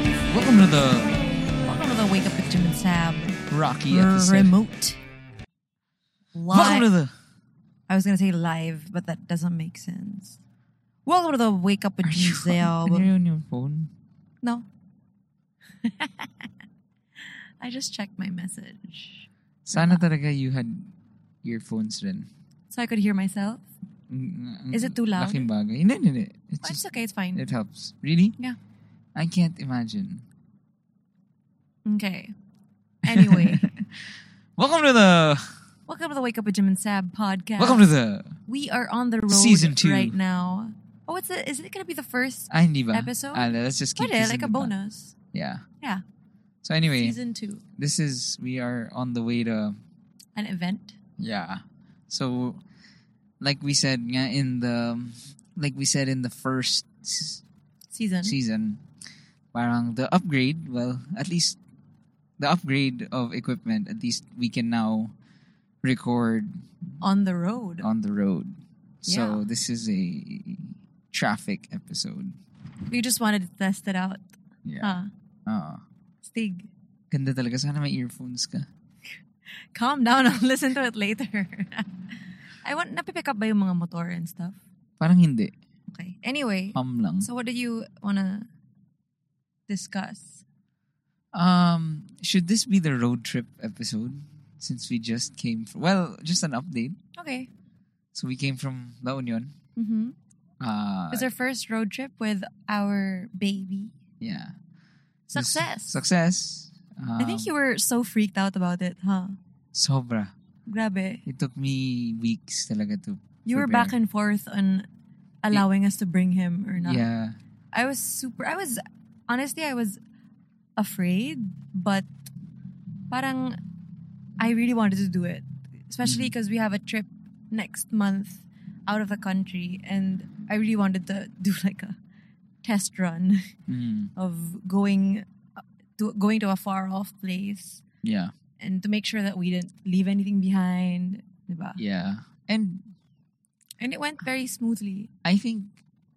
to the Welcome to the Wake Up with Jim and Sab Rocky episode. remote. Welcome to Live. the. I was gonna say live, but that doesn't make sense. Welcome to the Wake Up with Jim and Sab. Are you on your phone? No. I just checked my message Sana talaga you had earphones rin. so I could hear myself. Ang- ang- Is it too loud? Laking bagay. Hindi, hindi, hindi. It's Oh, it's just, okay. It's fine. it helps. Really? Yeah. I can't imagine. Okay. Anyway, Welcome to the. welcome to the Wake Up with Jim and Sab podcast. Welcome to the. we are on the road Season two. right now. Oh, what's it? Is it gonna be the first? Ay, hindi ba? Episode? Ah, let's just keep What this is in like the a back. bonus? Yeah. Yeah. So anyway, Season two, this is we are on the way to an event. yeah. So like we said nga in the like we said in the first s- Season. season, parang the upgrade, well, at least the upgrade of equipment, at least we can now record on the road. on the road. So Yeah. this is a traffic episode. We just wanted to test it out. Yeah. Huh. Ah. Stig, Ganda talaga. Sana may earphones ka. calm down. I'll listen to it later. I want, napipick up ba yung mga motor and stuff? Parang hindi. Okay. Anyway, Hum lang. so what did you want to discuss? Um, should this be the road trip episode? Since we just came from, well, just an update. Okay. So we came from La Union. Mm-hmm. Uh, It was our first road trip with our baby. yeah. Success. Success. Um, I think you were so freaked out about it, huh? Sobra. Grabe. It took me weeks talaga to. You were Prepare. back and forth on allowing us to bring him or not. Yeah. I was super. I was honestly, I was afraid, but parang I really wanted to do it, especially because we have a trip next month out of the country, and I really wanted to do like a test run Mm, of going to going to a far off place yeah. and to make sure that we didn't leave anything behind, diba? Yeah. And And it went very smoothly. I think,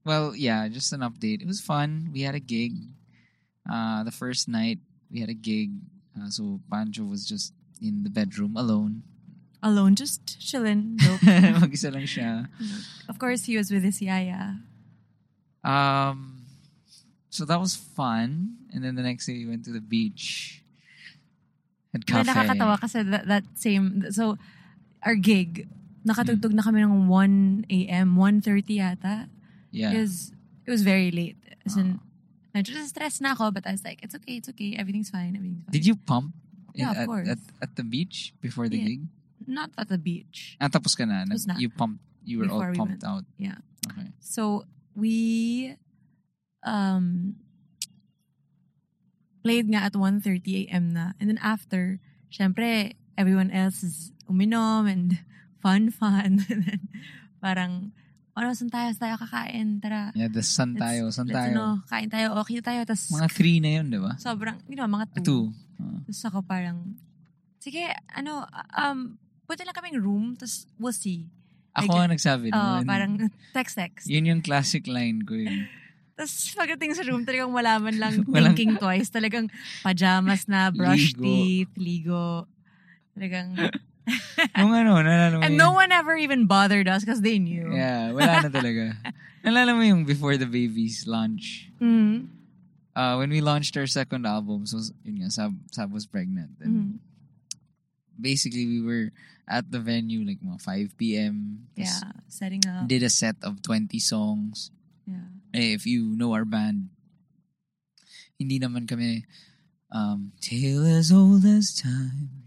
well, yeah, just an update. It was fun. We had a gig. Uh, the first night we had a gig. Uh, so Pancho was just in the bedroom alone. Alone, just chilling. Dope. Mag-isa lang siya. of course, he was with his yaya. Um, so that was fun. And then the next day we went to the beach. Had Cafe. cafe. nakakatawa kasi that, that same, so our gig, nakatugtog na kami ng 1 a.m., 1.30 yata. Yeah. Because it was very late. As in, medyo stress na ako, but I was like, it's okay, it's okay, everything's fine, everything's fine. Did you pump in- Yeah, of at, course. at, at the beach before the Yeah. gig? Not at the beach. Ah, tapos ka na. Tapos na. You pumped. You were Before all we pumped out. Yeah. Okay. So we um played nga at 1:30 a.m. na. And then after, syempre everyone else is uminom and fun fun. and then parang ano, saan tayo? Saan tayo kakain? Tara. Yeah, the sun Let's- tayo, sun let's, tayo. Ano, kain tayo. Okay tayo. Tapos Mga three na yun, di ba? sobrang, you know, mga Ah, two. two. Ah. Tapos ako parang, sige, ano, um, punta lang kaming room. Tapos we'll see. Ako Like, ang nagsabi Oh, nun. parang text-text. Yun yung classic line ko yun. Tapos pagdating sa room, talagang malaman lang Walang- thinking twice. Talagang pajamas na, brush Ligo. teeth, ligo. Talagang... Nung ano, nalala mo And yun? no one ever even bothered us because they knew. Yeah, wala na talaga. nalala mo yung before the babies launch? Mm, Uh, when we launched our second album, so yun nga, Sab, Sab was pregnant. And mm. basically, we were at the venue like mga 5 p.m. Tapos Yeah, setting up. Did a set of 20 songs. yeah. Eh, if you know our band, hindi naman kami um, Tale as old as time.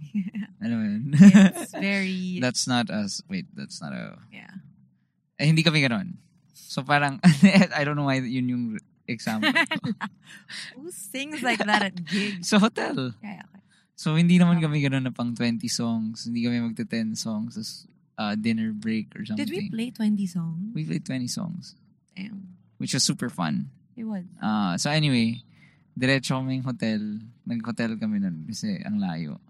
Ano ba yun? It's very... that's not us. Wait, that's not a... yeah. Eh, hindi kami ganon. So parang, I don't know why yun yung example. Who sings like that at gigs? so hotel. Yeah, yeah, okay. So hindi naman Ah. kami ganon na pang 20 songs. Hindi kami magte 10 songs. Tapos uh, dinner break or something. Did we play 20 songs? We played 20 songs. Damn. Which was super fun. It was. Ah, so anyway, diretso kami yung hotel. Nag-hotel kami nun kasi ang layo.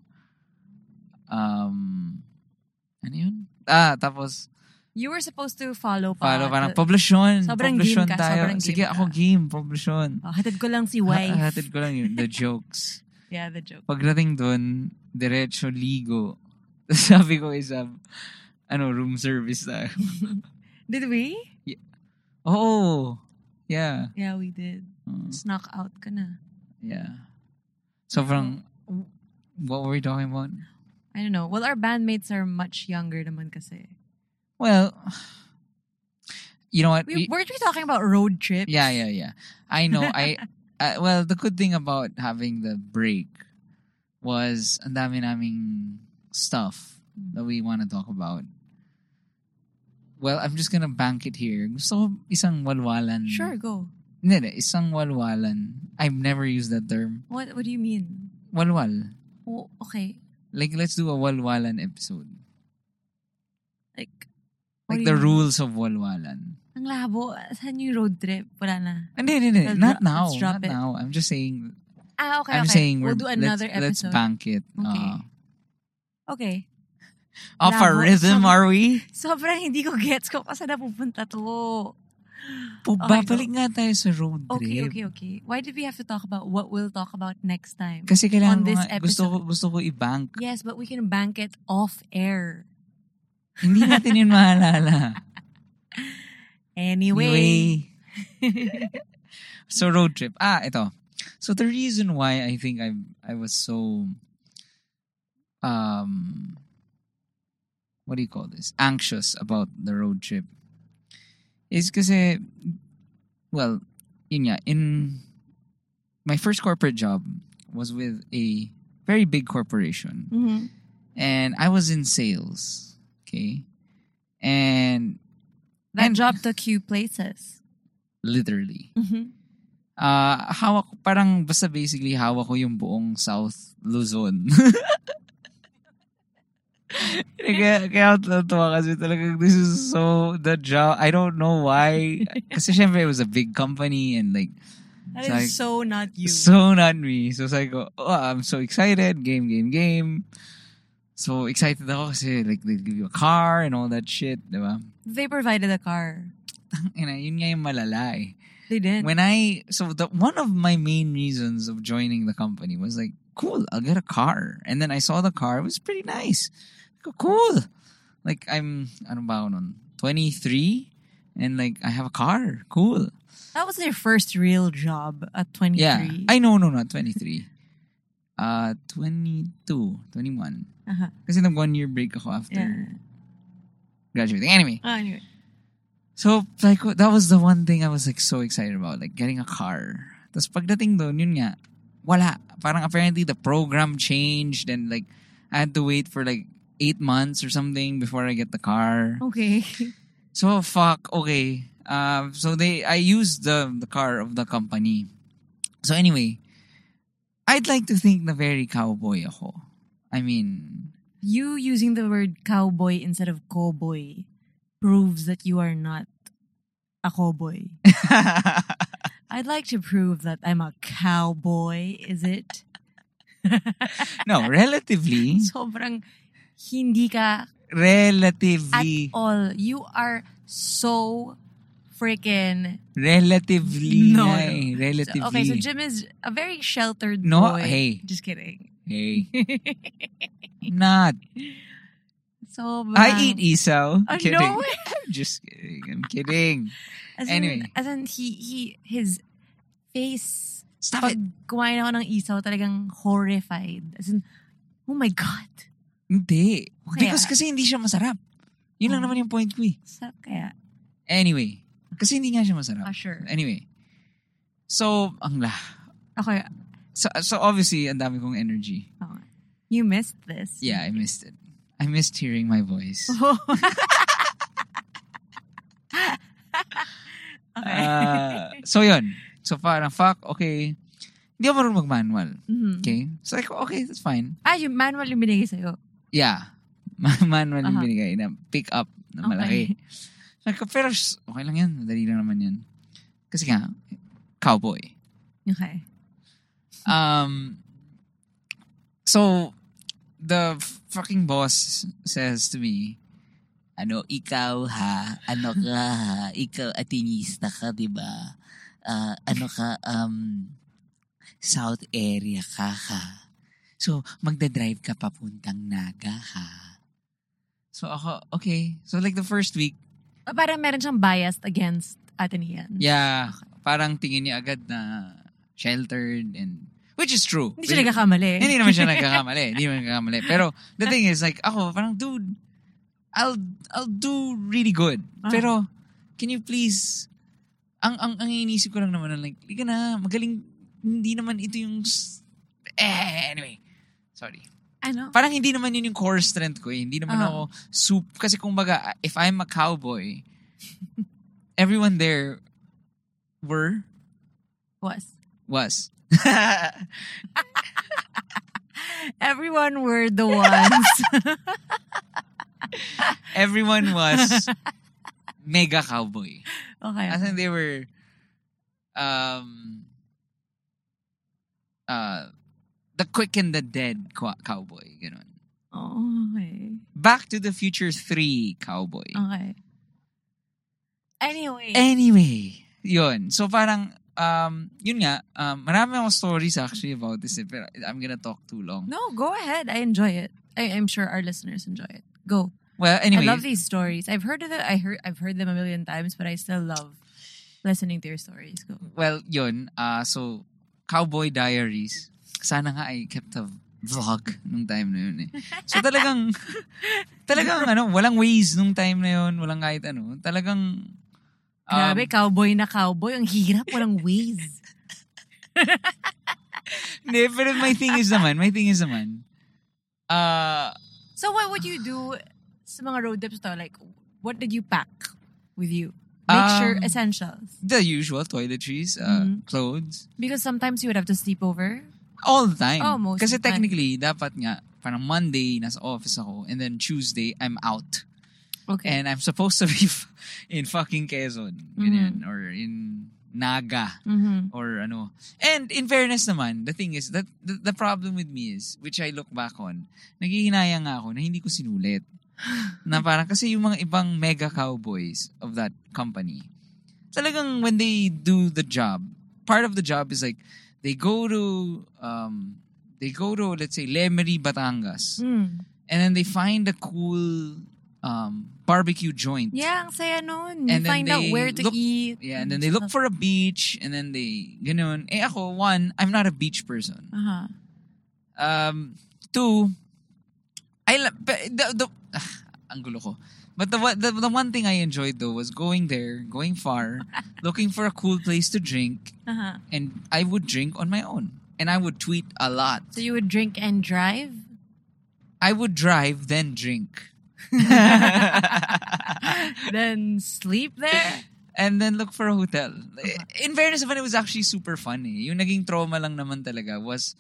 Um, ano yun? Ah, tapos You were supposed to follow pa. Para parang poblasyon. Ah, Sobrang poblasyon game ka, tayo. sobrang game Sige, ka. ako game. Poblasyon. Oh, hatid ko lang si wife. Ha- hatid ko lang yun. The jokes. yeah, the joke. Pagdating dun, diretso ligo. Tapos sabi ko isa, ano, room service tayo. Did we? Oh! Yeah. Yeah, we did. Oh, Snuck out ka na. yeah. Sobrang, what were we talking about? I don't know. Well, our bandmates are much younger naman kasi. Well, you know what? We, weren't we talking about road trips? yeah, yeah, yeah. I know. I uh, well, the good thing about having the break was ang dami naming stuff Mm. that we want to talk about. Well, I'm just gonna bank it here. Gusto ko isang walwalan. Sure, go. Hindi, hindi, isang walwalan. I've never used that term. What What do you mean? Walwal. Oh, okay. Like, let's do a walwalan episode. Like, what Like do the you mean? rules of walwalan. Ang labo. Saan yung road trip? Wala na. Hindi, hindi, hindi. Let's Not dro- now. let's drop Not it. now. I'm just saying, Ah, okay, I'm okay. saying we'll we're, do another let's, episode. let's bank it. Uh, Okay. Oo. okay. Off our Labo. rhythm, are we? Sobrang hindi ko gets ko kung saan napupunta to. Pabalik nga tayo sa road trip. Oh, Okay, okay, okay. Why did we have to talk about what we'll talk about next time? Kasi kailangan On this ko nga- gusto ko, episode. gusto ko i-bank. Yes, but we can bank it off air. Hindi natin yun mahalala. Anyway. Anyway. so road trip. Ah, ito. So the reason why I think I I was so um what do you call this? Anxious about the road trip is kasi well, yun nga, in my first corporate job was with a very big corporation Mhm. and I was in sales, okay? And That And- job took you places. literally Mhm. Ah, hawak parang basta basically hawak ko yung buong South Luzon. kaya, kaya ako natuwa kasi talaga this is so the job. I don't know why. kasi syempre it was a big company and like That Sorry. is so not you. so not me. So sabi ko, oh, I'm so excited. Game, game, game. So excited ako kasi like they give you a car and all that shit, di ba? they provided a car. And yun nga yung malala eh. They didn't. when I so the one of my main reasons of joining the company was like, cool, I'll get a car. And then I saw the car; it was pretty nice. Like, cool. Like I'm, ano ba ako nun? 23, and like I have a car. Cool. that was their first real job at 23. Yeah. I know, no, not 23. uh, 22, 21. Uh-huh. Kasi nag one year break ako after Yeah. graduating. Anyway, Oh, anyway. So, like, that was the one thing I was, like, so excited about. Like, getting a car. Tapos pagdating doon, yun nga, wala. Parang apparently the program changed and, like, I had to wait for, like, eight months or something before I get the car. Okay. So, fuck, okay. Uh, so, they, I used the, the car of the company. So, anyway, I'd like to think na very cowboy ako. I mean, You using the word cowboy instead of cowboy proves that you are not a cowboy. I'd like to prove that I'm a cowboy, is it? no, relatively, Sobrang hindi ka at relatively, all. You are so freaking Relatively. No, nga eh. So- Relatively. okay, so Jim is a very sheltered No, boy. hey. Just kidding. hey. Not. So I eat isaw. Oh, kidding. no Just kidding. I'm kidding. As Anyway. In, as in he he his face Stop pag gumawa ako ng isaw talagang horrified. As in, oh my God. Hindi. Kaya- Because kasi hindi siya masarap. Yun lang Oh. naman yung point ko eh. Sarap kaya. Anyway. Kasi hindi nga siya masarap. Ah, sure. Anyway. So, ang la. Okay. So, so obviously, ang dami kong energy. oh, You missed this. Yeah, I missed it. I missed hearing my voice. okay. Ah, so, yun. So, parang, fuck, okay. Hindi ako marunong mag-manual. Mhm. Okay? So, like, okay, that's fine. Ah, yung manual yung binigay sa'yo. Yeah. Ma- Manual yung Aha. binigay na pick up na malaki. Sabi ko, Pero sh- okay lang yan. Madali lang naman yan. Kasi nga, cowboy. Okay. Um, so, the f- fucking boss says to me, ano, ikaw ha, ano ka ha, ikaw atinista ka, di ba? Ah, ano ka, um, South area ka ha. So, magdadrive ka papuntang Naga ha. So ako, okay. So like the first week, Ah, Parang meron siyang biased against Atenea. yeah, parang tingin niya agad na sheltered and, which is true. Hindi siya nagkakamali. Hindi naman siya nagkakamali. Hindi naman nagkakamali. Pero the thing is, like, ako, parang, dude, I'll, I'll do really good. Ah. Pero, can you please, ang, ang, ang iniisip ko lang naman, like, liga na, magaling, hindi naman ito yung, s- eh, anyway. Sorry. Ano? Parang hindi naman yun yung core strength ko eh. Hindi naman Ah. ako soup. Kasi kung baga, if I'm a cowboy, everyone there were, Was. was. Everyone were the ones. everyone was mega cowboy. okay. I think they were um uh the quick and the dead co- cowboy, ganun. Okay. Back to the Future 3 cowboy. Okay. Anyway. Anyway, yun. So parang um yun nga, um marami akong stories actually about this eh, pero I'm gonna talk too long. no, go ahead. I enjoy it. I, I'm sure our listeners enjoy it. Go. Well, anyway, I love these stories. I've heard of it. I heard I've heard them a million times, but I still love listening to your stories. Go. well, yun. Uh, so, Cowboy Diaries. Sana nga I kept a vlog nung time na yun eh. So talagang, talagang ano, walang ways nung time na yun. Walang kahit ano. Talagang, um, Grabe, cowboy na cowboy. Ang hirap, walang ways. hindi, pero my thing is naman, my thing is naman, uh, So what would you do sa mga road trips to? Like, what did you pack with you? Make sure Um, essentials. the usual toiletries, uh, Mhm. clothes, Because sometimes you would have to sleep over. all the time. Oh, most Kasi of the time. technically, dapat nga, parang Monday, nasa office ako, and then Tuesday, I'm out. Okay. And I'm supposed to be f- in fucking Quezon. Ganyan. Or in Naga. mm-hmm. Or ano. And in fairness naman, the thing is, that the, the problem with me is, which I look back on, naghihinayang nga ako na hindi ko sinulit. na parang, kasi yung mga ibang mega cowboys of that company, talagang when they do the job, part of the job is like, they go to, um, they go to, let's say, Lemery, Batangas Mm. and then they find a cool um, barbecue joint. Yeah, ang saya nun. You And then find out they where to look- eat. Yeah, and then they look for a beach, and then they ganun. Eh ako, one, I'm not a beach person. Uh-huh. Um, two, I la- pe- the, the ah, ang gulo ko. But the, one- the the one thing I enjoyed though was going there, going far, looking for a cool place to drink, Uh-huh. and I would drink on my own, and I would tweet a lot. So you would drink and drive? I would drive then drink. then sleep there? and then look for a hotel. Uh-huh. In fairness naman, it was actually super fun eh. Yung naging trauma lang naman talaga was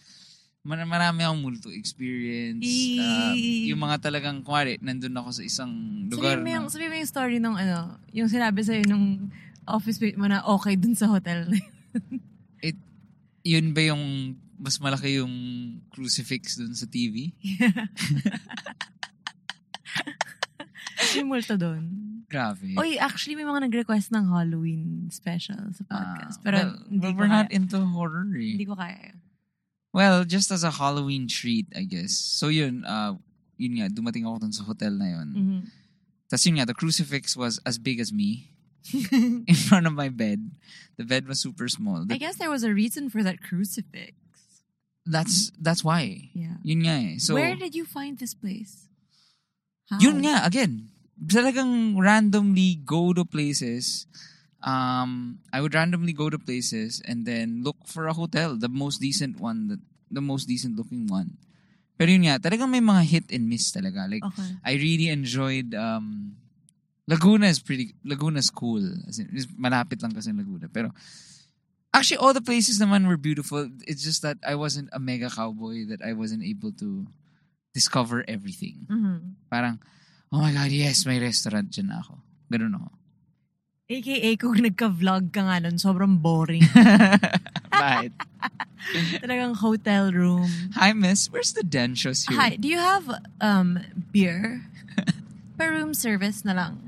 mar- marami akong multo experience. Um, Eee. yung mga talagang, kumari, nandun ako sa isang lugar Sabihin mo, yung, na, sabihin mo yung story nung ano, yung sinabi sa'yo nung office mate mo na okay dun sa hotel. it, yun ba yung mas malaki yung crucifix dun sa TV? Yung multo dun. Grabe. Oy, actually may mga nag-request ng Halloween special sa Ah, podcast. pero well, hindi well, ko we're kaya. not into horror eh. Hindi ko kaya. Well, just as a Halloween treat, I guess. So yun, uh, yun nga, dumating ako dun sa hotel na yun. Mhm. Tapos yun nga, the crucifix was as big as me in front of my bed. The bed was super small. I guess there was a reason for that crucifix. that's that's why. Yeah. Yun nga eh. So, Where did you find this place? How? yun nga, again, talagang randomly go to places. Um, I would randomly go to places and then look for a hotel, the most decent one, the, the most decent looking one. Pero yun nga, talagang may mga hit and miss talaga. Like, Okay. I really enjoyed um Laguna is pretty Laguna's cool. As in, is- malapit lang kasi Laguna. Pero actually all the places naman were beautiful. It's just that I wasn't a mega cowboy that I wasn't able to discover everything. Mhm. Parang oh my god, yes, may restaurant dyan na ako. Ganun ako. AKA kung nagka-vlog ka nga nun, sobrang boring. But Talagang hotel room. hi miss, where's the dentures here? Hi, do you have um beer? pa-room service na lang.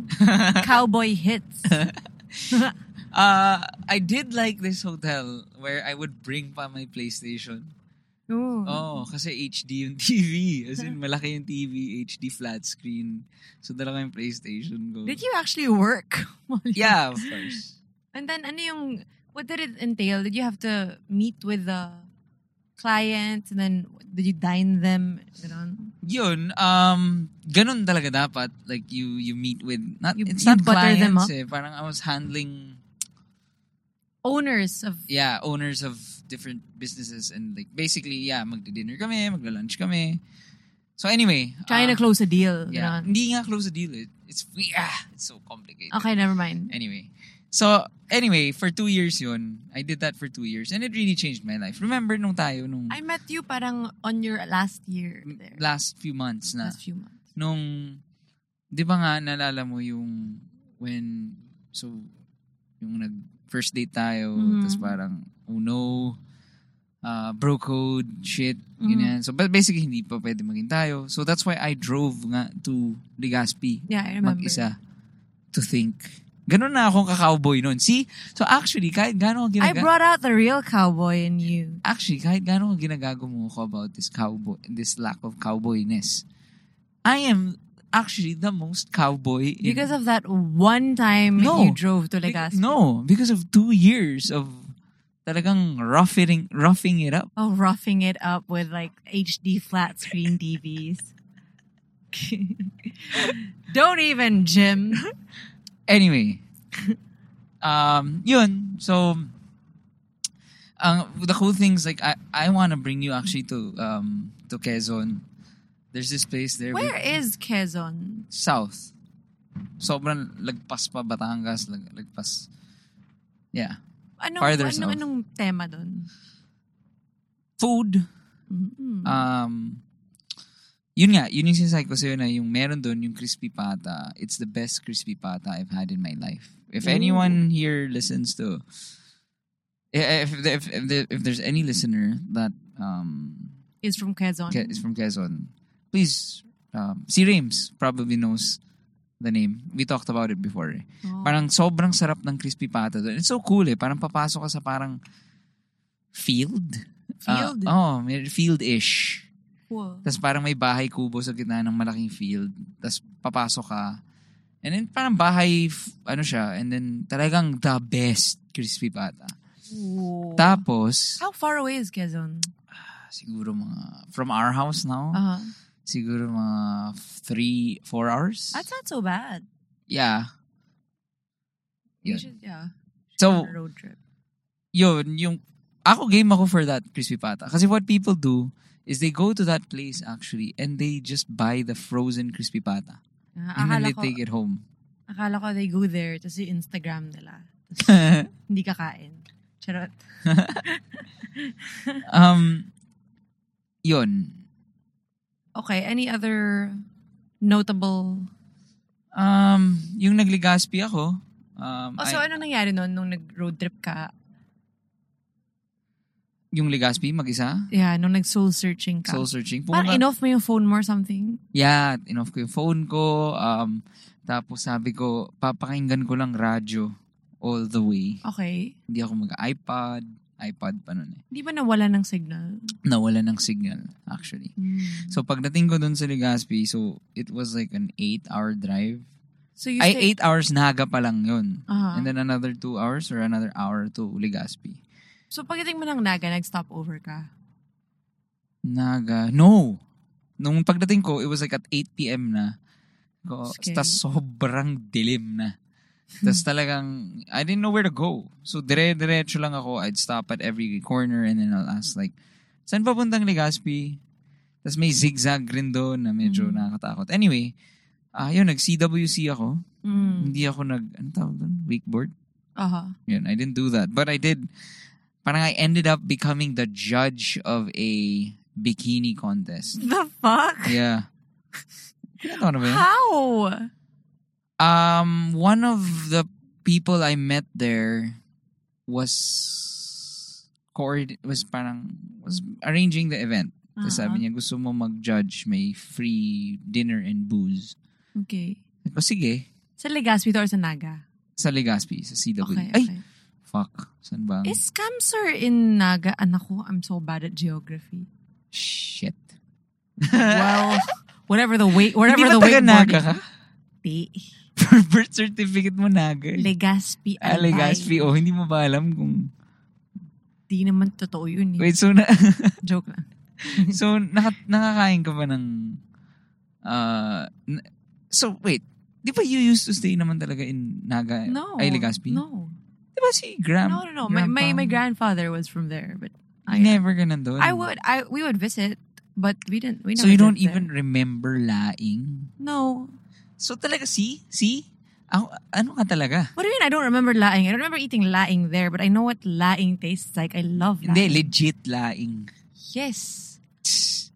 Cowboy hits. uh, I did like this hotel where I would bring pa my PlayStation. Ooh. Oo, oh, kasi HD yung TV. As in, malaki yung TV, HD flat screen. So, dalawa yung PlayStation ko. Did you actually work? while you- Yeah, of course. And then ano yung what did it entail? Did you have to meet with the client and then did you dine them? Ganon? Yun, um, ganun talaga dapat. Like, you you meet with, not, You- it's you not butter them clients up? eh. Parang I was handling, Owners of yeah, owners of different businesses. And like, basically, yeah, magdi-dinner kami, magla-lunch kami. So, anyway. trying to um, close a deal. Yeah. ganon. Hindi nga close the deal. It, it's, ah, it's so complicated. Okay, never mind. Anyway. So, anyway, for two years yun. I did that for two years. And it really changed my life. Remember nung tayo, nung I met you parang on your last year there. Mm, last few months na. Last few months. Nung, di ba nga, naalala mo yung when, so, yung nag, first date tayo. Mhm. Tapos parang, oh no, uh, bro code, shit, Mhm. ganyan. So, but basically, hindi pa pwede maging tayo. So, that's why I drove nga to Legazpi. Yeah, I remember. mag-isa to think. Ganun na akong ka-cowboy nun. See? So actually, kahit gano'ng I ginagago brought out the real cowboy in you. actually, kahit gano'ng ginagago mo ako about this cowboy, this lack of cowboyness, I am actually the most cowboy in... Because of that one time No. you drove to Bec- Legazpi. No, because of two years of talagang roughing, roughing it up. Oh, roughing it up with like HD flat screen TVs. Don't even, Jim. Anyway, um, yun. So, ang the cool thing is like I I want to bring you actually to um to Quezon. There's this place there Where with- is Quezon? south. Sobrang lagpas pa Batangas, lag, lagpas. Yeah. Anong, Farther anong, south. anong tema doon? Food. Mm-mm. Um yun nga, yun yung sinasabi ko sa'yo na yung meron doon, yung crispy pata. It's the best crispy pata I've had in my life. If anyone here listens to eh, if if, if, if, if there's any listener that um is from Quezon. Ke- is from Quezon. Please, um, si Rames probably knows the name. We talked about it before. eh. Oh. Parang sobrang sarap ng crispy pata doon. It's so cool eh. Parang papasok ka sa parang field. Field? Ah, oh, may- field-ish. Cool. Tapos parang may bahay kubo sa gitna ng malaking field. Tapos papasok ka. And then parang bahay, f- ano siya, and then talagang the best crispy pata. Whoa. Tapos, How far away is Quezon? siguro mga, from our house now, Uh-huh. siguro mga three, four hours. That's not so bad. yeah. You Yun. should, yeah. Should So- have a road trip. Yun, yung, ako game ako for that crispy pata. Kasi what people do is they go to that place actually and they just buy the frozen crispy pata. Ah, And then akala, they ko, take it home. akala ko they go there, tapos yung Instagram nila. Tapos hindi kakain. Charot. um, yun. Okay, any other notable... Um, yung nagligaspi ako, um, Oh, so ay- ano nangyari noon nung nag-road trip ka? yung Ligaspi mag-isa, Yeah, nung nag-soul searching ka. soul searching. Ah. Parang Pumunta- inoff mo yung phone mo or something. Yeah, in-off ko yung phone ko. Um, tapos sabi ko, papakinggan ko lang radyo all the way. Okay. Hindi ako mag-iPad. iPad pa nun eh. Di ba nawala ng signal? Nawala ng signal, actually. So, pagdating ko dun sa Legazpi, so, it was like an 8-hour drive. So you Ah. Ay, stay- Uh-huh. 8 hours naga pa lang yun. Aha. And then another 2 hours or another hour to Legazpi. So pagdating mo ng Naga, nag-stop over ka. Naga. No! Nung pagdating ko, it was like at 8 p.m. na. Ko, Scary. tas sobrang dilim na. Tapos talagang, I didn't know where to go. So, dire-diretso lang ako. I'd stop at every corner and then I'll ask like, saan papuntang Legazpi? Tapos may zigzag rin doon na medyo Mhm. nakakatakot. Anyway, ah yun, nag-CWC ako. Mm. Hindi ako nag, ano tawag doon? Wakeboard? Aha. Yun, I didn't do that. But I did, parang I ended up becoming the judge of a bikini contest. The fuck? Yeah. Ginagawa na ba yun? How? Um, one of the people I met there was coord was parang was Uh-huh. arranging the event. Tapos sabi niya, gusto mo mag-judge, may free dinner and booze. Okay. Sabi ko, sige. Sa Legazpi to or sa Naga? Sa Legazpi, sa CW. Okay, Ay, okay. fuck. Saan ba? ang- Is Kamsar in Naga? Anak ko, I'm so bad at geography. Shit. Well, whatever the weight, whatever Hindi the ba taga weight Naga body. ka? Di. Birth certificate mo Naga. eh. Legazpi. Ah, Albay. Legazpi. Oh, hindi mo ba alam kung... Di naman totoo yun. Eh. Wait, so, na, Joke lang. so naka, nakakain ka ba ng... Uh, n- so, wait. Di ba you used to stay naman talaga in Naga? No. Ay, Legazpi? Um, No. Di ba si Graham? No, no, no. My, my, my grandfather was from there, but I, Never ka nandun. I would, I we would visit, but we didn't. We So never you don't lived even there. remember laing? No. So talaga, see? See? Ako, ano ka talaga? What do you mean? I don't remember laing. I don't remember eating laing there, but I know what laing tastes like. I love laing. Hindi, legit laing. Yes. Tss.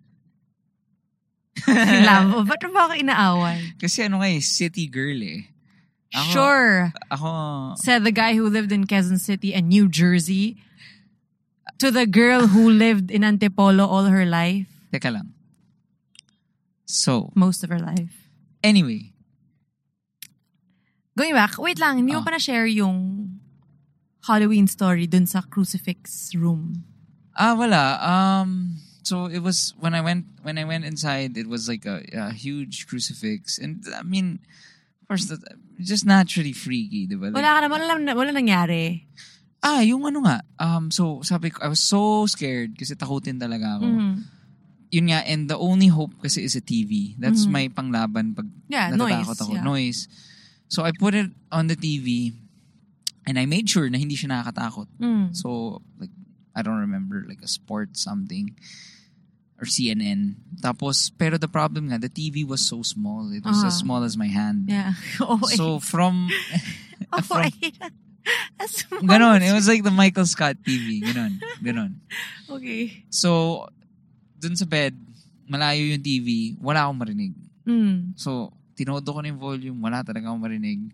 Love. Ba't mo ba ako inaaway? Kasi ano kayo, city girl eh. Ako- Sure, Ako, said the guy who lived in Quezon City and New Jersey to the girl who lived in Antipolo all her life, teka lang. So, most of her life. anyway. Going back, wait lang, hindi mo Ah. pa na-share yung Halloween story dun sa crucifix room. Ah, wala. Um, so it was when I went when I went inside. It was like a, a huge crucifix, and I mean, first just naturally freaky, diba? Like, Wala ka naman, wala, wala nangyari. Ah, yung ano nga. Um, so, sabi ko, I was so scared kasi takutin talaga ako. Mm. Yun nga, and the only hope kasi is a TV. That's Mhm. my panglaban pag Yeah, natatakot noise. ako. yeah. Noise. So, I put it on the TV and I made sure na hindi siya nakakatakot. Mm. So, like, I don't remember, like a sport something or CNN. Tapos, pero the problem nga, the TV was so small. It was Ah. as small as my hand. Yeah. Oh, So, from... oh, from- That's ganon. It was like the Michael Scott TV. Ganon. Ganon. Okay. So, dun sa bed, malayo yung TV, wala akong marinig. Mm. So, tinodo ko na yung volume, wala talaga akong marinig.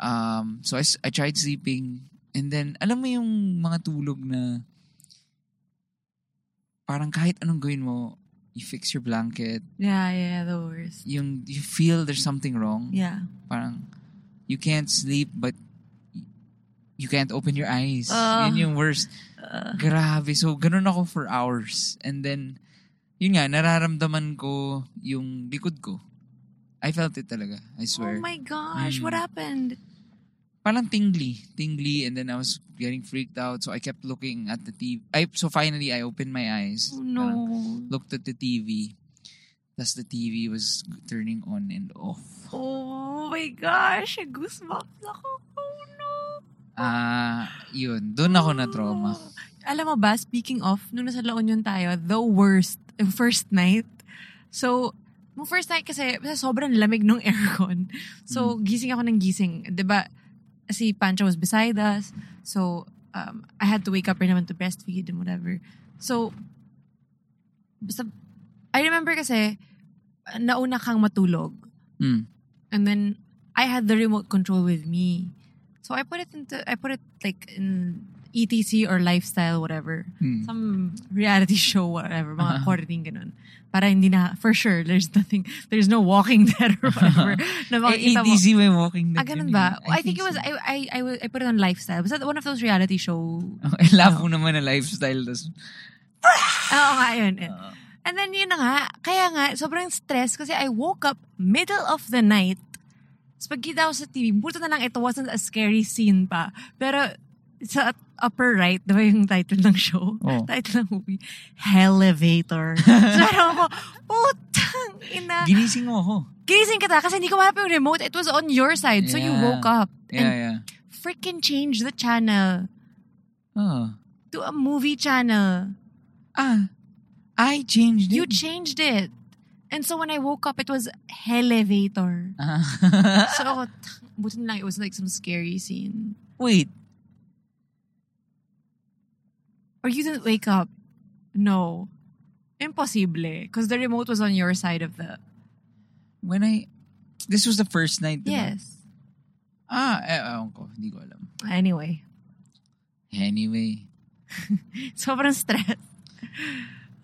Um, so, I, s- I tried sleeping. And then, alam mo yung mga tulog na parang kahit anong gawin mo, you fix your blanket, Yeah, yeah, the worst. yung you feel there's something wrong. Yeah. Parang you can't sleep but y- you can't open your eyes. Ah. Yun yung worst. Uh, Grabe. So, ganun ako for hours. And then, yun nga, nararamdaman ko yung likod ko. I felt it talaga. I oh swear. my gosh, Mm. what happened? Parang tingly. Tingly. And then I was getting freaked out. So, I kept looking at the TV. I, so, finally, I opened my eyes. Oh Parang no. looked at the TV. Tapos the TV was turning on and off. Oh my gosh, goosebumps ako. Oh no. Ah, yun. Doon ako na trauma. Oh. Alam mo ba, speaking of, nung nasa La Union tayo, the worst, yung first night. So, nung first night kasi, sobrang lamig nung aircon. So, Hmm. gising ako ng gising. 'Di ba si Pancho was beside us. So, um, I had to wake up rin naman to breastfeed and whatever. So, basta, I remember kasi, nauna kang matulog. Mm. and then I had the remote control with me. So I put it into I put it like in ETC or lifestyle whatever. Mm. Some reality show whatever, mga Uh-huh. quarantine ganun. Para hindi na for sure there's nothing there's no walking dead or whatever. na Eh, makikita mo. ADZ may walking Ah, dead. ganun yun ba? eh. I, think, it was I I I, wa- I put it on lifestyle. Was that one of those reality show? I Oh. love mo naman na lifestyle. Tas, Oo nga yun. And then yun na nga, kaya nga, sobrang stress kasi I woke up middle of the night. Tapos pagkita ko sa TV, buto na lang it wasn't a scary scene pa. Pero sa upper right, di ba yung title ng show? Oh. Title ng movie, Elevator. so parang ako, putang ina. Ginising mo ako. Gising kita kasi hindi ko mahap yung remote. It was on your side. So you Yeah. woke up Yeah, and yeah. freaking changed the channel Oh. to a movie channel. Ah, I changed You it. changed it. And so when I woke up, it was elevator. Ah. So ako, "Tang, buti na lang, it was like some scary scene. Wait, Or you didn't wake up. No. Impossible. Because the remote was on your side of the... when I... This was the first night, diba? Yes. Ah, eh, ewan ko. Hindi ko alam. Anyway. Anyway. Sobrang stress.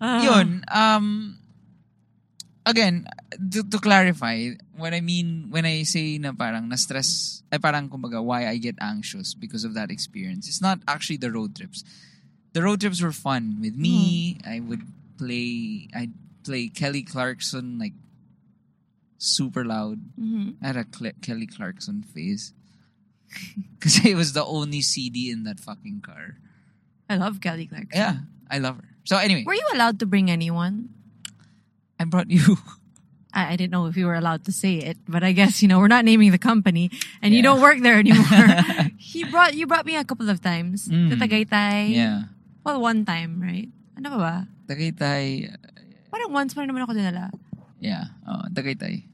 Ah. Yun, um... again, to, to clarify, what I mean when I say na parang na-stress, ay parang kumbaga why I get anxious because of that experience. It's not actually the road trips. The road trips were fun with me. I would play I'd play Kelly Clarkson like super loud. hmm I had a Cle- Kelly Clarkson phase. Cause it was the only CD in that fucking car. I love Kelly Clarkson. Yeah, I love her. So anyway, Were you allowed to bring anyone? I brought you. I, I didn't know if you were allowed to say it, but I guess you know we're not naming the company, and you Yeah. don't work there anymore. he brought you brought me a couple of times Mm. to Tagaytay. yeah. Well, one time, right? Ano ba ba? Tagaytay. Parang once pa rin naman ako dinala. Yeah. Oh, Tagaytay.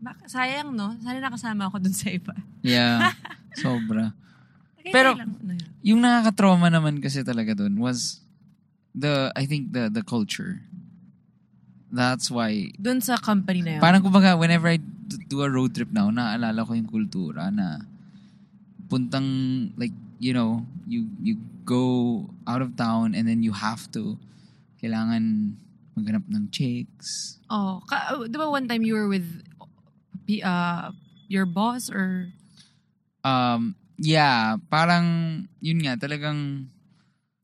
Bak- sayang, no? Sana nakasama ako dun sa iba. Yeah. Sobra. Tagaytay Pero- lang. Ano yun? Yung nakaka-trauma naman kasi talaga dun was the, I think, the the culture. That's why, Dun sa company na yun. parang kumbaga, whenever I d- do a road trip now, naalala ko yung kultura na puntang, like, you know, you you go out of town and then you have to, kailangan maghanap ng chicks. oh, ka- oh, di ba one time you were with P- uh, your boss or... Um, yeah, parang, yun nga, talagang,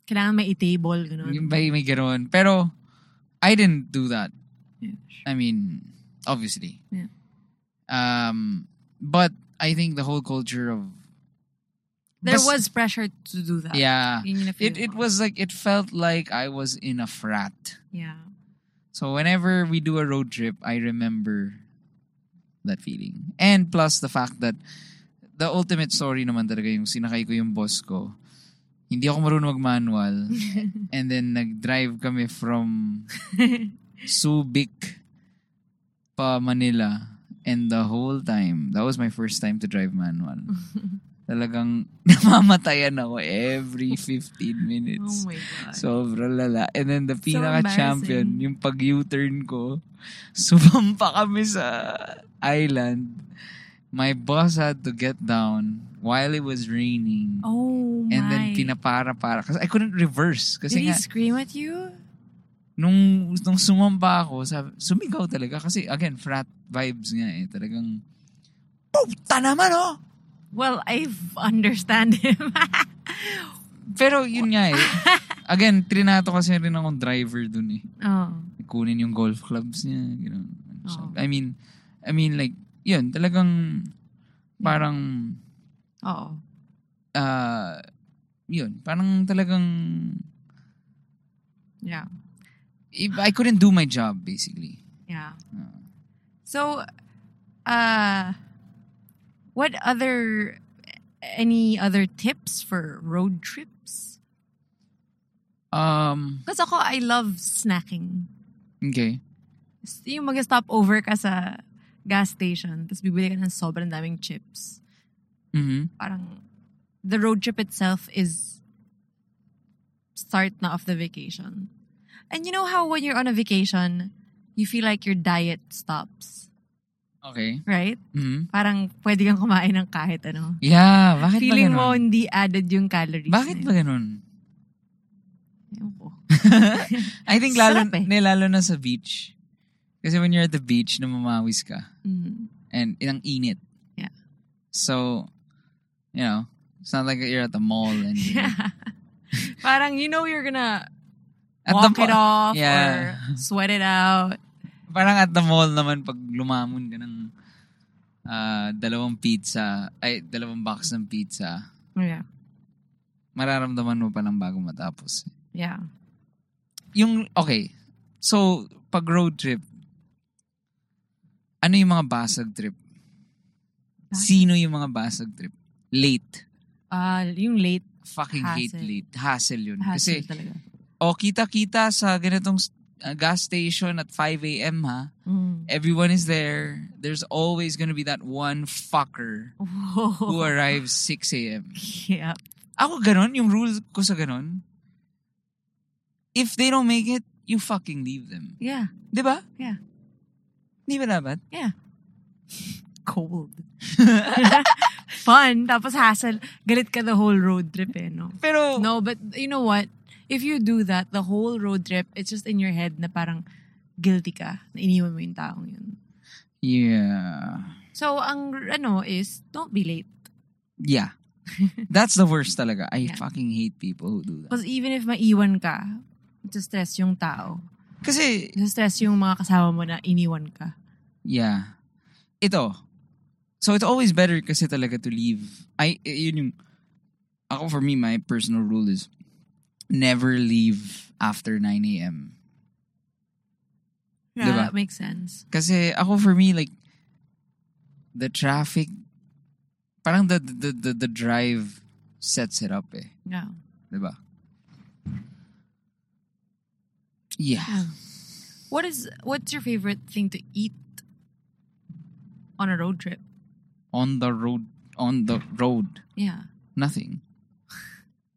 Kailangan may i-table, gano'n. Yung may, may ganun. Pero, I didn't do that. Yeah. I mean, obviously. Yeah. Um, but I think the whole culture of There Bas- was pressure to do that. yeah, Yun yung it na-feel it mo. was like it felt like I was in a frat. Yeah. So whenever we do a road trip, I remember that feeling. And plus the fact that the ultimate story naman talaga yung sinakay ko yung boss ko. Hindi ako marunong mag-manual. and then nag-drive kami from Oh Subic pa Manila. And the whole time, that was my first time to drive manual. Talagang namamatayan ako every 15 oh minutes. my God. Sobrang lala. And then the embarrassing. pinaka-champion, yung pag-U-turn ko, sumampa kami sa island. My boss had to get down while it was raining. oh my. and then pinapara-para. Kasi I couldn't reverse. Did Kasi he nga, scream at you? nung, nung sumamba ako, sabi, sumigaw talaga. Kasi again, frat vibes nga eh. Talagang, puta naman oh! Well, I understand him. Pero yun nga eh. Again, trinato kasi rin akong driver dun eh. oh. kunin yung golf clubs niya. Ganun. So, Oo. I mean, I mean like, yun, talagang parang, Oo. ah, yun, parang talagang, Yeah. if I couldn't do my job basically. Yeah. Oo. So, uh, what other, any other tips for road trips? Um, Because ako, I love snacking. okay. Yung mag-stop over ka sa gas station, tapos bibili ka ng sobrang daming chips. mhm Parang, the road trip itself is start na of the vacation. And you know how when you're on a vacation, you feel like your diet stops, Okay. right? mhm Parang pwede kang kumain ng kahit ano. Yeah, bakit Feeling ba mo ganun? hindi added yung calories. Bakit ba na yun. ganun? Ewan ko. I think lalo, Sarap eh. nilalo na sa beach. Kasi when you're at the beach, namamawis ka. Mm. and inang init. Yeah. So, you know, it's not like you're at the mall and Yeah. Parang you know you're gonna at walk the it off Yeah. or sweat it out. Parang at the mall naman pag lumamon ka ng ah, dalawang pizza, ay dalawang box ng pizza, Yeah. mararamdaman mo pa lang bago matapos. Yeah. Yung okay. So, pag road trip, ano yung mga basag trip? Basag? Sino yung mga basag trip? Late. Uh, yung late Fucking hate Hassle. late. Hassle yun. Kasi, hassle talaga. O kita-kita sa ganitong uh, gas station at 5 a.m. ha. Mm. Everyone is there. There's always gonna be that one fucker who Whoa. arrives 6 a.m. yeah. Ako ganon, yung rules ko sa ganon. If they don't make it, you fucking leave them. Yeah. Di ba? Yeah. Di ba dapat? Cold. Fun. Tapos hassle. Galit ka the whole road trip eh, no? Pero, No, but you know what? If you do that, the whole road trip, it's just in your head na parang, guilty ka na iniwan mo yung taong yun. Yeah. So, ang r- ano is, don't be late. Yeah. That's the worst talaga. I Yeah. fucking hate people who do that. Because even if maiwan ka, stress yung tao. Kasi, stress yung mga kasama mo na iniwan ka. yeah. Ito. So it's always better kasi talaga to leave. I, y- yun yung, ako for me, my personal rule is never leave after 9 a.m. Yeah, Diba? that makes sense. Kasi ako for me like the traffic parang the the the, the drive sets it up eh, Yeah. 'di ba? Yeah. Yeah. What is what's your favorite thing to eat on a road trip? On the road on the road. Yeah. Nothing.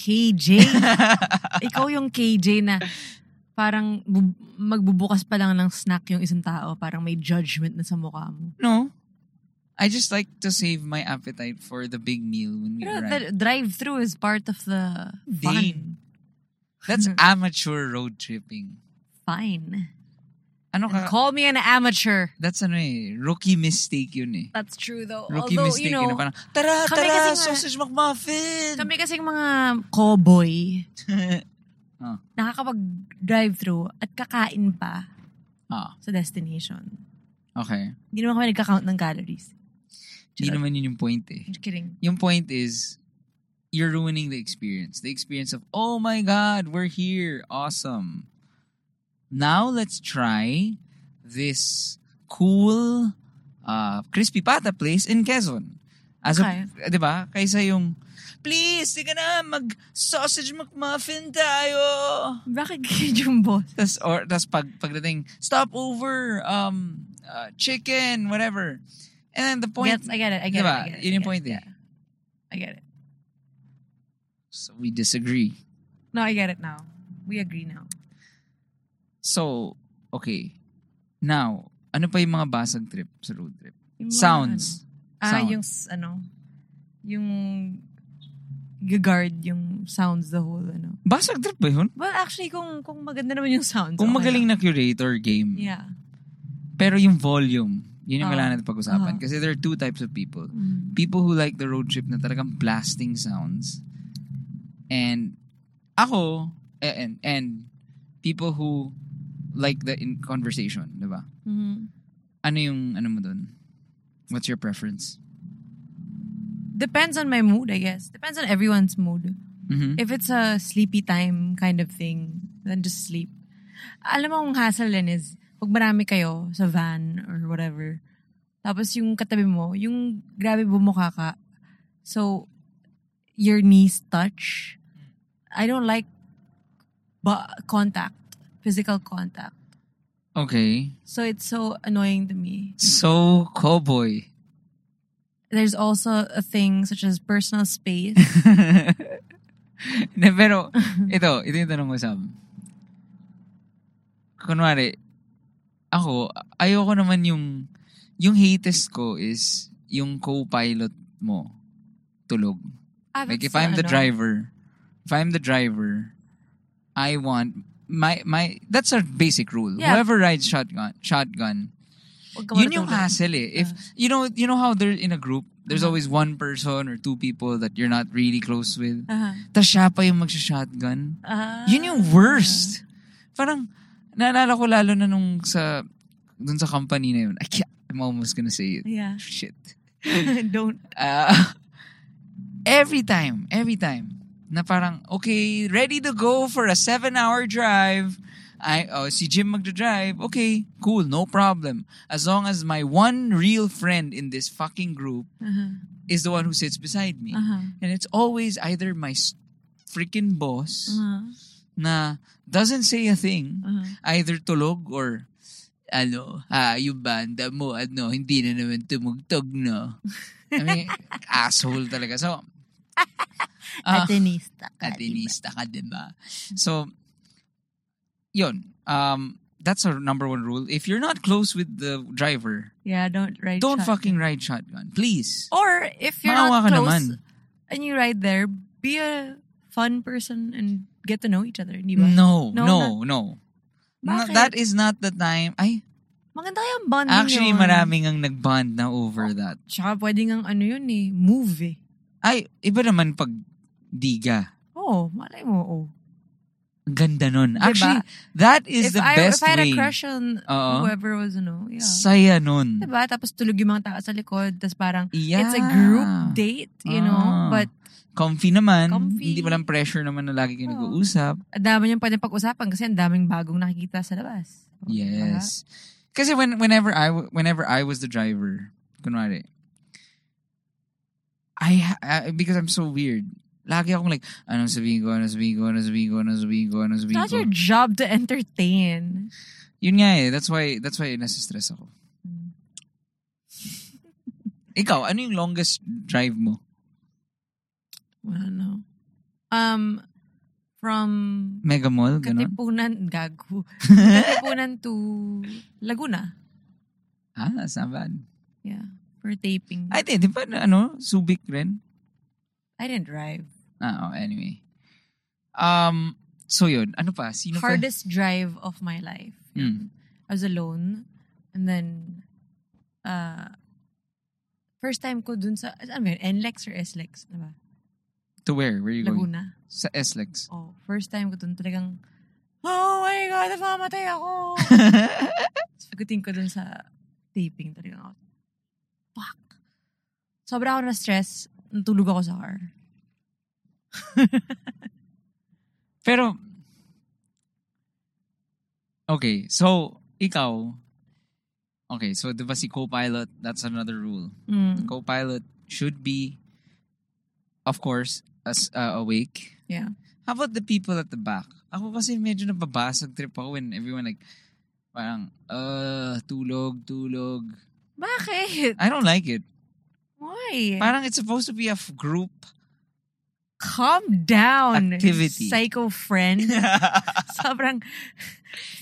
KJ. Ikaw yung KJ na parang bu- magbubukas pa lang ng snack yung isang tao. Parang may judgment na sa mukha mo. no. I just like to save my appetite for the big meal when we Pero arrive. the drive-through is part of the Hindi. fun. That's amateur road tripping. Fine. Ano ka? And call me an amateur. That's ano eh, rookie mistake yun eh. That's true though. Rookie Although, mistake you know, yun. Parang, tara, kami kasi tara, nga- sausage McMuffin! kami kasing mga cowboy, Ah. nakakapag-drive-through at kakain pa ah, sa destination. okay. Hindi naman kami nagka-count ng calories. Hindi Charot. naman yun yung point eh. Just kidding. Yung point is, you're ruining the experience. The experience of, oh my God, we're here. Awesome. Now let's try this cool uh, crispy pata place in Quezon. As Okay. a, di ba? Kaysa yung, please, tiga na, mag-sausage McMuffin tayo. Bakit ganyan yung boss? Tas, or, tas pag, pagdating, stop over, um, uh, chicken, whatever. And then the point, Gets, I get it, I get diba? it. I get it, Yun yung I get point it, eh. yeah. I get it. So we disagree. No, I get it now. We agree now. So, okay. Now, ano pa yung mga basag trip sa road trip? Yung mga Sounds. ano. Ah, Sounds. yung s- ano, yung gagard yung sounds the whole ano. Basag trip ba yun? Well, actually, kung kung maganda naman yung sounds. Kung okay magaling lang. na curator game, Yeah. pero yung volume, yun yung Oo. kailangan natin pag-usapan. Oo. Kasi there are two types of people. Ah. Mm. People who like the road trip na talagang blasting sounds. And ako, eh, and, and people who like the in conversation, di ba? Mhm. Ano yung, ano mo dun? What's your preference? Depends on my mood, I guess. Depends on everyone's mood. Mhm. If it's a sleepy time kind of thing, then just sleep. Alam mo, ang hassle din is, pag marami kayo sa van or whatever, tapos yung katabi mo, yung grabe bumukha ka, so, your knees touch. Mm. I don't like ba- contact, physical contact. Okay. So, it's so annoying to me. So, cowboy. There's also a thing such as personal space. Na, pero, ito, ito yung tanong ko, Sam. Kunwari, ako, ayoko naman yung, yung hatest ko is yung co-pilot mo tulog. Ah, Like, that's if I'm the ano. driver, if I'm the driver, I want my, my, that's our basic rule. Yeah. Whoever rides shotgun, shotgun, Huwag ka yun yung matutulog. Ah. hassle eh. If, you know, you know how they're in a group, there's Uh-huh. always one person or two people that you're not really close with. Aha. Tapos siya pa yung magsha-shotgun. Uh-huh. Ah. Yun yung worst. Parang, naalala ko lalo na nung sa, dun sa company na yun. I can't, I'm almost gonna say it. Yeah. Shit. Don't. Ah, every time, every time, na parang, okay, ready to go for a seven-hour drive. I, oh, si Jim magdadrive. Okay, cool, no problem. As long as my one real friend in this fucking group Aha. is the one who sits beside me. Aha. And it's always either my s- freaking boss Aha. na doesn't say a thing, Aha. either tulog or ano, ah, yung banda mo, ano, hindi na naman tumugtog, no? I mean, asshole talaga. So, ah, Atenista. ka, diba? Atenista ka, di ba? So, yun. Um, that's our number one rule. If you're not close with the driver, diba? Yeah, don't ride don't shotgun. fucking ride shotgun. Please. Or if you're Maawa not ka close naman. and you ride there, be a fun person and get to know each other. Di ba? No, No, no, no. No, Bakit? that is not the time. Ay, Maganda kaya ang bonding actually Ano yun. maraming ang nag-bond na over that. Tsaka pwede ngang ano yun eh, move eh. Ay, iba naman pag diga. Oo, Oh, malay mo, oo. Ang ganda nun. Diba? Actually, that is if the I, best if I had way. Uh-huh. a crush on Oo. whoever was, ano, yeah. Saya nun. diba? Tapos tulog yung mga tao sa likod, tapos parang, Yeah. it's a group date, you know? Ah. But, Comfy naman. Comfy. Hindi walang pressure naman na lagi kayo Oo. nag-uusap. ang dami niyang pwedeng pag-usapan kasi ang daming bagong nakikita sa labas. Diba? Yes. Kasi when whenever I w- whenever I was the driver, kunwari, I, ha- I- because I'm so weird. Lagi akong like, anong sabihin ko, anong sabihin ko, anong sabihin ko, anong sabihin ko, anong It's sabihin not ko. your job to entertain. Yun nga eh. That's why, that's why nasistress ako. Mm. Ikaw, ano yung longest drive mo? I don't know. Um, from Mega Mall? Ganon? Katipunan, gago. Katipunan to Laguna. ah, that's not bad. Yeah, for taping. Ay, I, di, di ba na, ano, Subic rin? didn't drive. Ah, oh, anyway. Um, so yun, ano pa? Sino pa? Hardest drive of my life. Mm. I was alone. And then, uh, first time ko dun sa, ano ba yun, NLEX or SLEX? Diba? To where? Where are you going? Laguna. Sa SLEX. Oh, first time ko dun talagang, oh my God, namamatay ako. Sagutin ko dun sa taping talaga ako. Fuck. Sobra ako na-stress. Natulog ako sa car. Pero, okay, so, ikaw, okay, so di ba si co-pilot, that's another rule. Mm, Co-pilot should be, of course, as uh, awake. yeah. How about the people at the back? Ako kasi medyo nababasag trip ako when everyone like, parang, uh, tulog, tulog. Bakit? I don't like it. Why? Parang it's supposed to be a f- group. Calm down. Activity. Psycho friend. Sobrang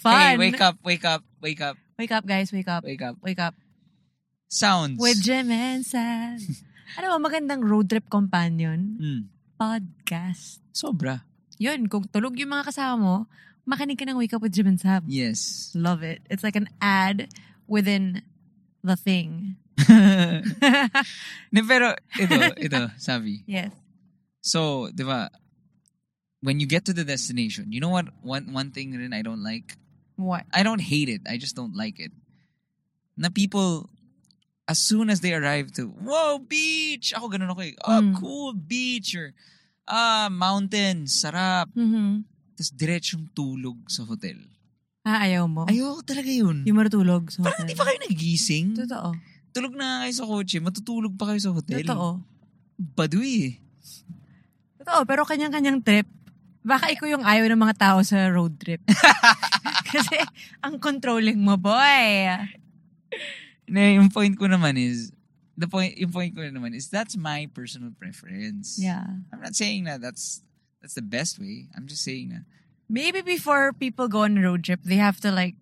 fun. hey, wake up, wake up, wake up, Wake up, guys. Wake up. wake up. Wake up. Sounds. With Jim and Sam. ano ba, magandang road trip companion? Mm, Podcast. sobra. Yun, kung tulog yung mga kasama mo, makinig ka ng Wake Up with Jim and Sam. Yes. Love it. It's like an ad within the thing. Ne, pero ito, ito, sabi. yes. So, di ba, when you get to the destination, you know what, one, one thing rin I don't like? What? I don't hate it, I just don't like it. Na people, as soon as they arrive to, whoa, beach! Ako ganun ako eh. Oh, Mm. cool, beach! Or, ah, mountain, sarap. Mm-hmm. Tapos diretsyong tulog sa hotel. Ah, ayaw mo? Ayoko talaga yun. Yung marutulog. So Parang di pa kayo nagising? Totoo. Tulog na kayo sa kotse, matutulog pa kayo sa hotel. Totoo. Baduy eh. Totoo, pero kanyang-kanyang trip. Baka ikaw yung ayaw ng mga tao sa road trip. Kasi ang controlling mo, boy. Na, yung point ko naman is, the point, yung point ko naman is, that's my personal preference. Yeah. I'm not saying that that's, that's the best way. I'm just saying na, Maybe before people go on a road trip, they have to like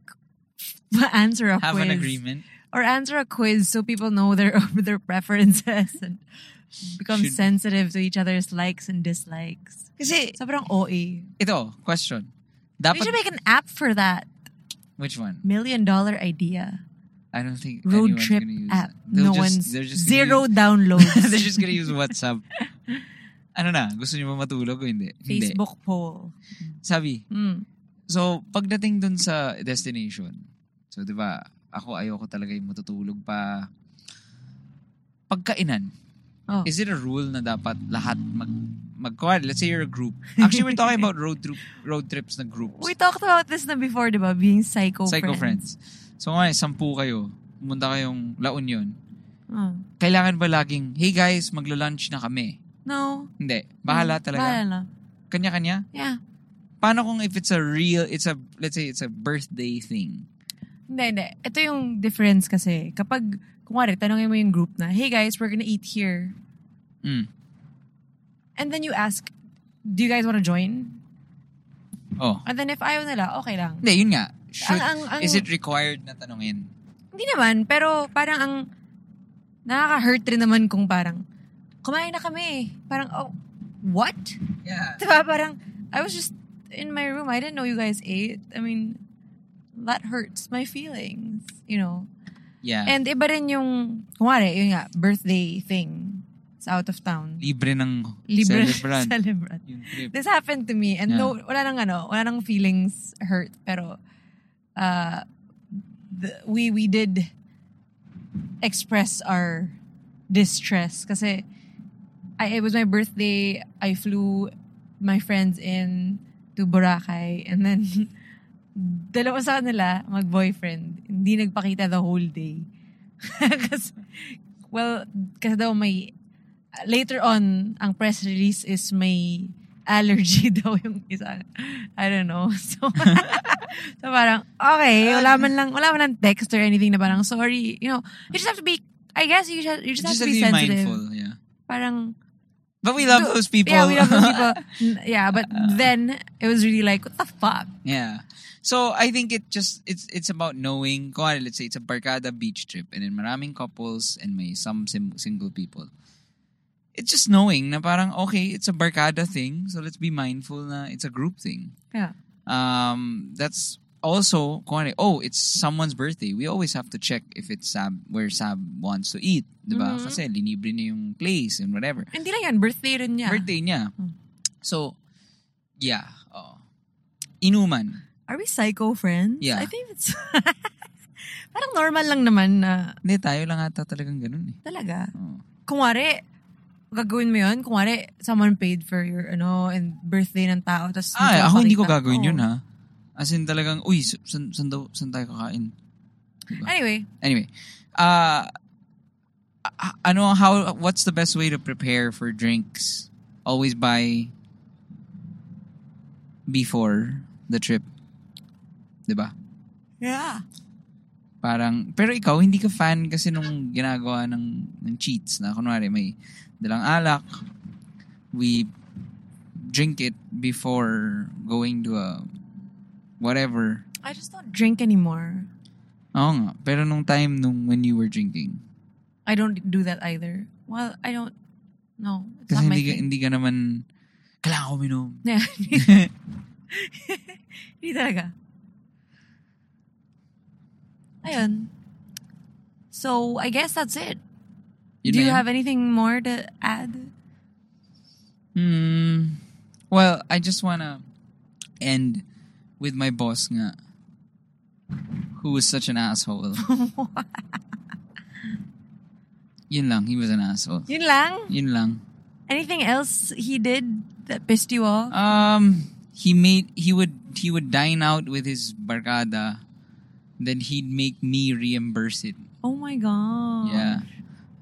answer a have quiz. an agreement. Or answer a quiz so people know their their preferences and become Should- sensitive to each other's likes and dislikes. Kasi, Sobrang OE. ito, question. We Dapat, should make an app for that. which one? Million dollar idea. I don't think Road anyone's trip gonna use app. that. They'll No just, one's they're just gonna zero use- downloads. they're just gonna use WhatsApp. ano na? Gusto niyo ba matulog o hindi? Hindi. Facebook poll. Sabi, Mm. So, pagdating dun sa destination, so 'di ba? Ako ayoko talaga yung matutulog pa. Pagkainan, Oh. is it a rule na dapat lahat mag magkuhan? Let's say you're a group. Actually, we're talking about road trip road trips na groups. We talked about this na before, di ba? Being psycho, Psycho friends. friends. So ngayon, sampu kayo. Pumunta kayong La Union. Oh. Kailangan ba laging, hey guys, magla-lunch na kami? No. Hindi. Bahala talaga. Hmm. Bahala. Kanya-kanya. Yeah. Paano kung if it's a real, it's a, let's say it's a birthday thing? Hindi, hindi. Ito yung difference kasi. Kapag, kumari, tanongin mo yung group na, hey guys, we're gonna eat here. Mm. Hmm. And then you ask, do you guys wanna join? Oh. And then if ayaw nila, okay lang. Hindi, yun nga. Should, Ang- ang- ang- is it required na tanungin? Hindi naman, pero parang ang nakaka-hurt rin naman kung parang, kumain na kami. Parang, oh, what? Yeah. Diba? Parang, I was just in my room. I didn't know you guys ate. I mean, that hurts my feelings, you know. Yeah. And iba rin yung, kumari, yun nga, birthday thing. It's out of town. Libre ng Libre celebrant. celebrant. yung trip. This happened to me and Yeah. no, wala nang ano, wala nang feelings hurt pero uh, the, we we did express our distress kasi I, it was my birthday. I flew my friends in to Boracay and then dalawa sa kanila mag-boyfriend. Hindi nagpakita the whole day. kasi, well, kasi daw may later on, ang press release is may allergy daw yung isa. I don't know. So, so parang, okay, wala man lang, wala man lang text or anything na parang, sorry, you know, you just have to be, I guess you, just you just, have to be, sensitive. mindful. Yeah. Parang, But we love Do- those people. yeah, we love those people. N- yeah, but then, it was really like, what the fuck? Yeah. So I think it just it's it's about knowing. Kuwari, let's say it's a barkada beach trip, and then maraming couples and may some sim- single people. It's just knowing na parang okay, it's a barkada thing, so let's be mindful na it's a group thing. Yeah. Um, that's also kuwari, oh, it's someone's birthday. We always have to check if it's Sab where Sab wants to eat, diba? Mhm. Kasi linibre niya yung place and whatever. Hindi lang yan, birthday rin niya. Birthday niya. Mm. So, yeah. oo. Inuman. Are we psycho friends? Yeah. I think it's, parang normal lang naman na, Hindi, tayo lang ata talagang ganun eh. talaga. Oo. kunwari, gagawin mo yun, kunwari, someone paid for your, ano, and birthday ng tao, tapos... Ah, ako hindi ko gagawin yun ah. ha. As in talagang, uy, s- san, san, daw, san tayo kakain? Anyway, Anyway, uh, a- ano, how, what's the best way to prepare for drinks? Always buy before the trip. 'Di ba? yeah. Parang, pero ikaw, hindi ka fan kasi nung ginagawa ng, ng cheats na kunwari may dalang alak, we drink it before going to a whatever. I just don't drink anymore. Oo nga, pero nung time nung when you were drinking, I don't do that either. Well, I don't, no, it's kasi not my hindi ka, thing. hindi ka naman, kailangan ko minom. Yeah. Hindi talaga. Ayun. So, I guess that's it. Yun do na you yun. have anything more to add? Hmm. Well, I just wanna end with my boss nga, who was such an asshole. Yun lang, he was an asshole. Yun lang? Yun lang. Anything else he did that pissed you off? Um, he made he would he would dine out with his barkada, then he'd make me reimburse it. Oh my god. Yeah.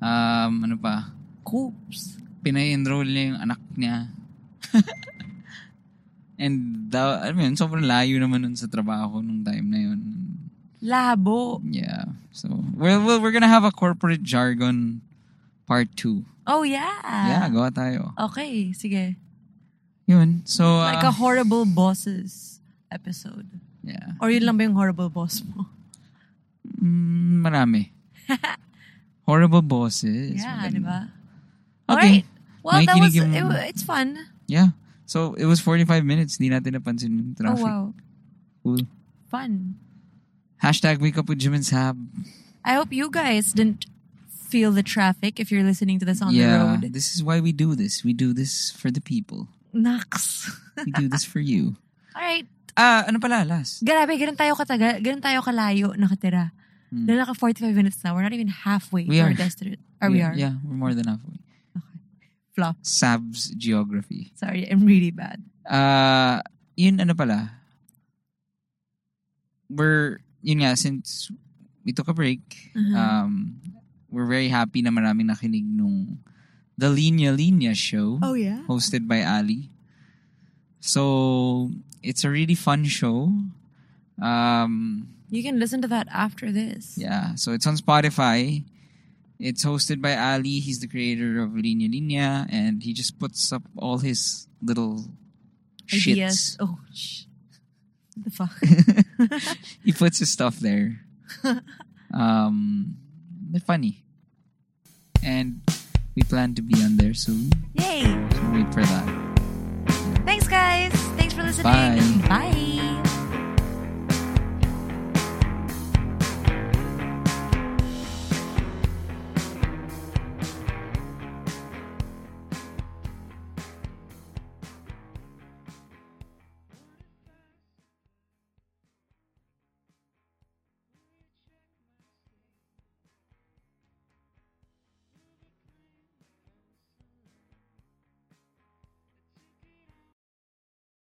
Um, ano pa? Coops. Pinay-enroll niya yung anak niya. And the, I mean, sobrang layo naman nun sa trabaho nung time na yun. Labo. Yeah. So, well, well we're gonna have a corporate jargon part 2. Oh yeah. yeah, gawa tayo. Okay, sige. Yun. So, uh, Like a horrible bosses episode. yeah. Or yun lang ba yung horrible boss mo? Mm, marami. Horrible bosses. yeah, Maganda. diba? di ba? Okay. Alright. Well, that was, Nakikinig it, yung- wa- it's fun. Yeah. So, it was 45 minutes. Hindi natin napansin yung Oh traffic. wow. Cool. Fun. Hashtag wake up with Jim and Sab. I hope you guys didn't feel the traffic if you're listening to this on yeah. the road. This is why we do this. We do this for the people. Naks. We do this for you. Alright. Ah, ano pala? Last. Grabe, ganun tayo kataga, ganun tayo kalayo nakatira. Hmm. Dala ka 45 minutes na. We're not even halfway We to are. our destination. Or we yeah, are. Yeah, we're more than halfway. Flop. Sab's geography. Sorry, I'm really bad. Ah, yun ano pala? We're, yun nga, since we took a break, Mhm. um, we're very happy na maraming nakinig nung The Linya Linya Show. Oh, yeah? hosted by Ali. So it's a really fun show. Um, You can listen to that after this. yeah, so it's on Spotify. It's hosted by Ali. He's the creator of Linya Linya, and he just puts up all his little Ideas. shits. Oh, sh- the fuck. He puts his stuff there. um, they're funny, and we plan to be on there soon. Yay! So wait for that. Thanks, guys. Thanks for listening. Bye.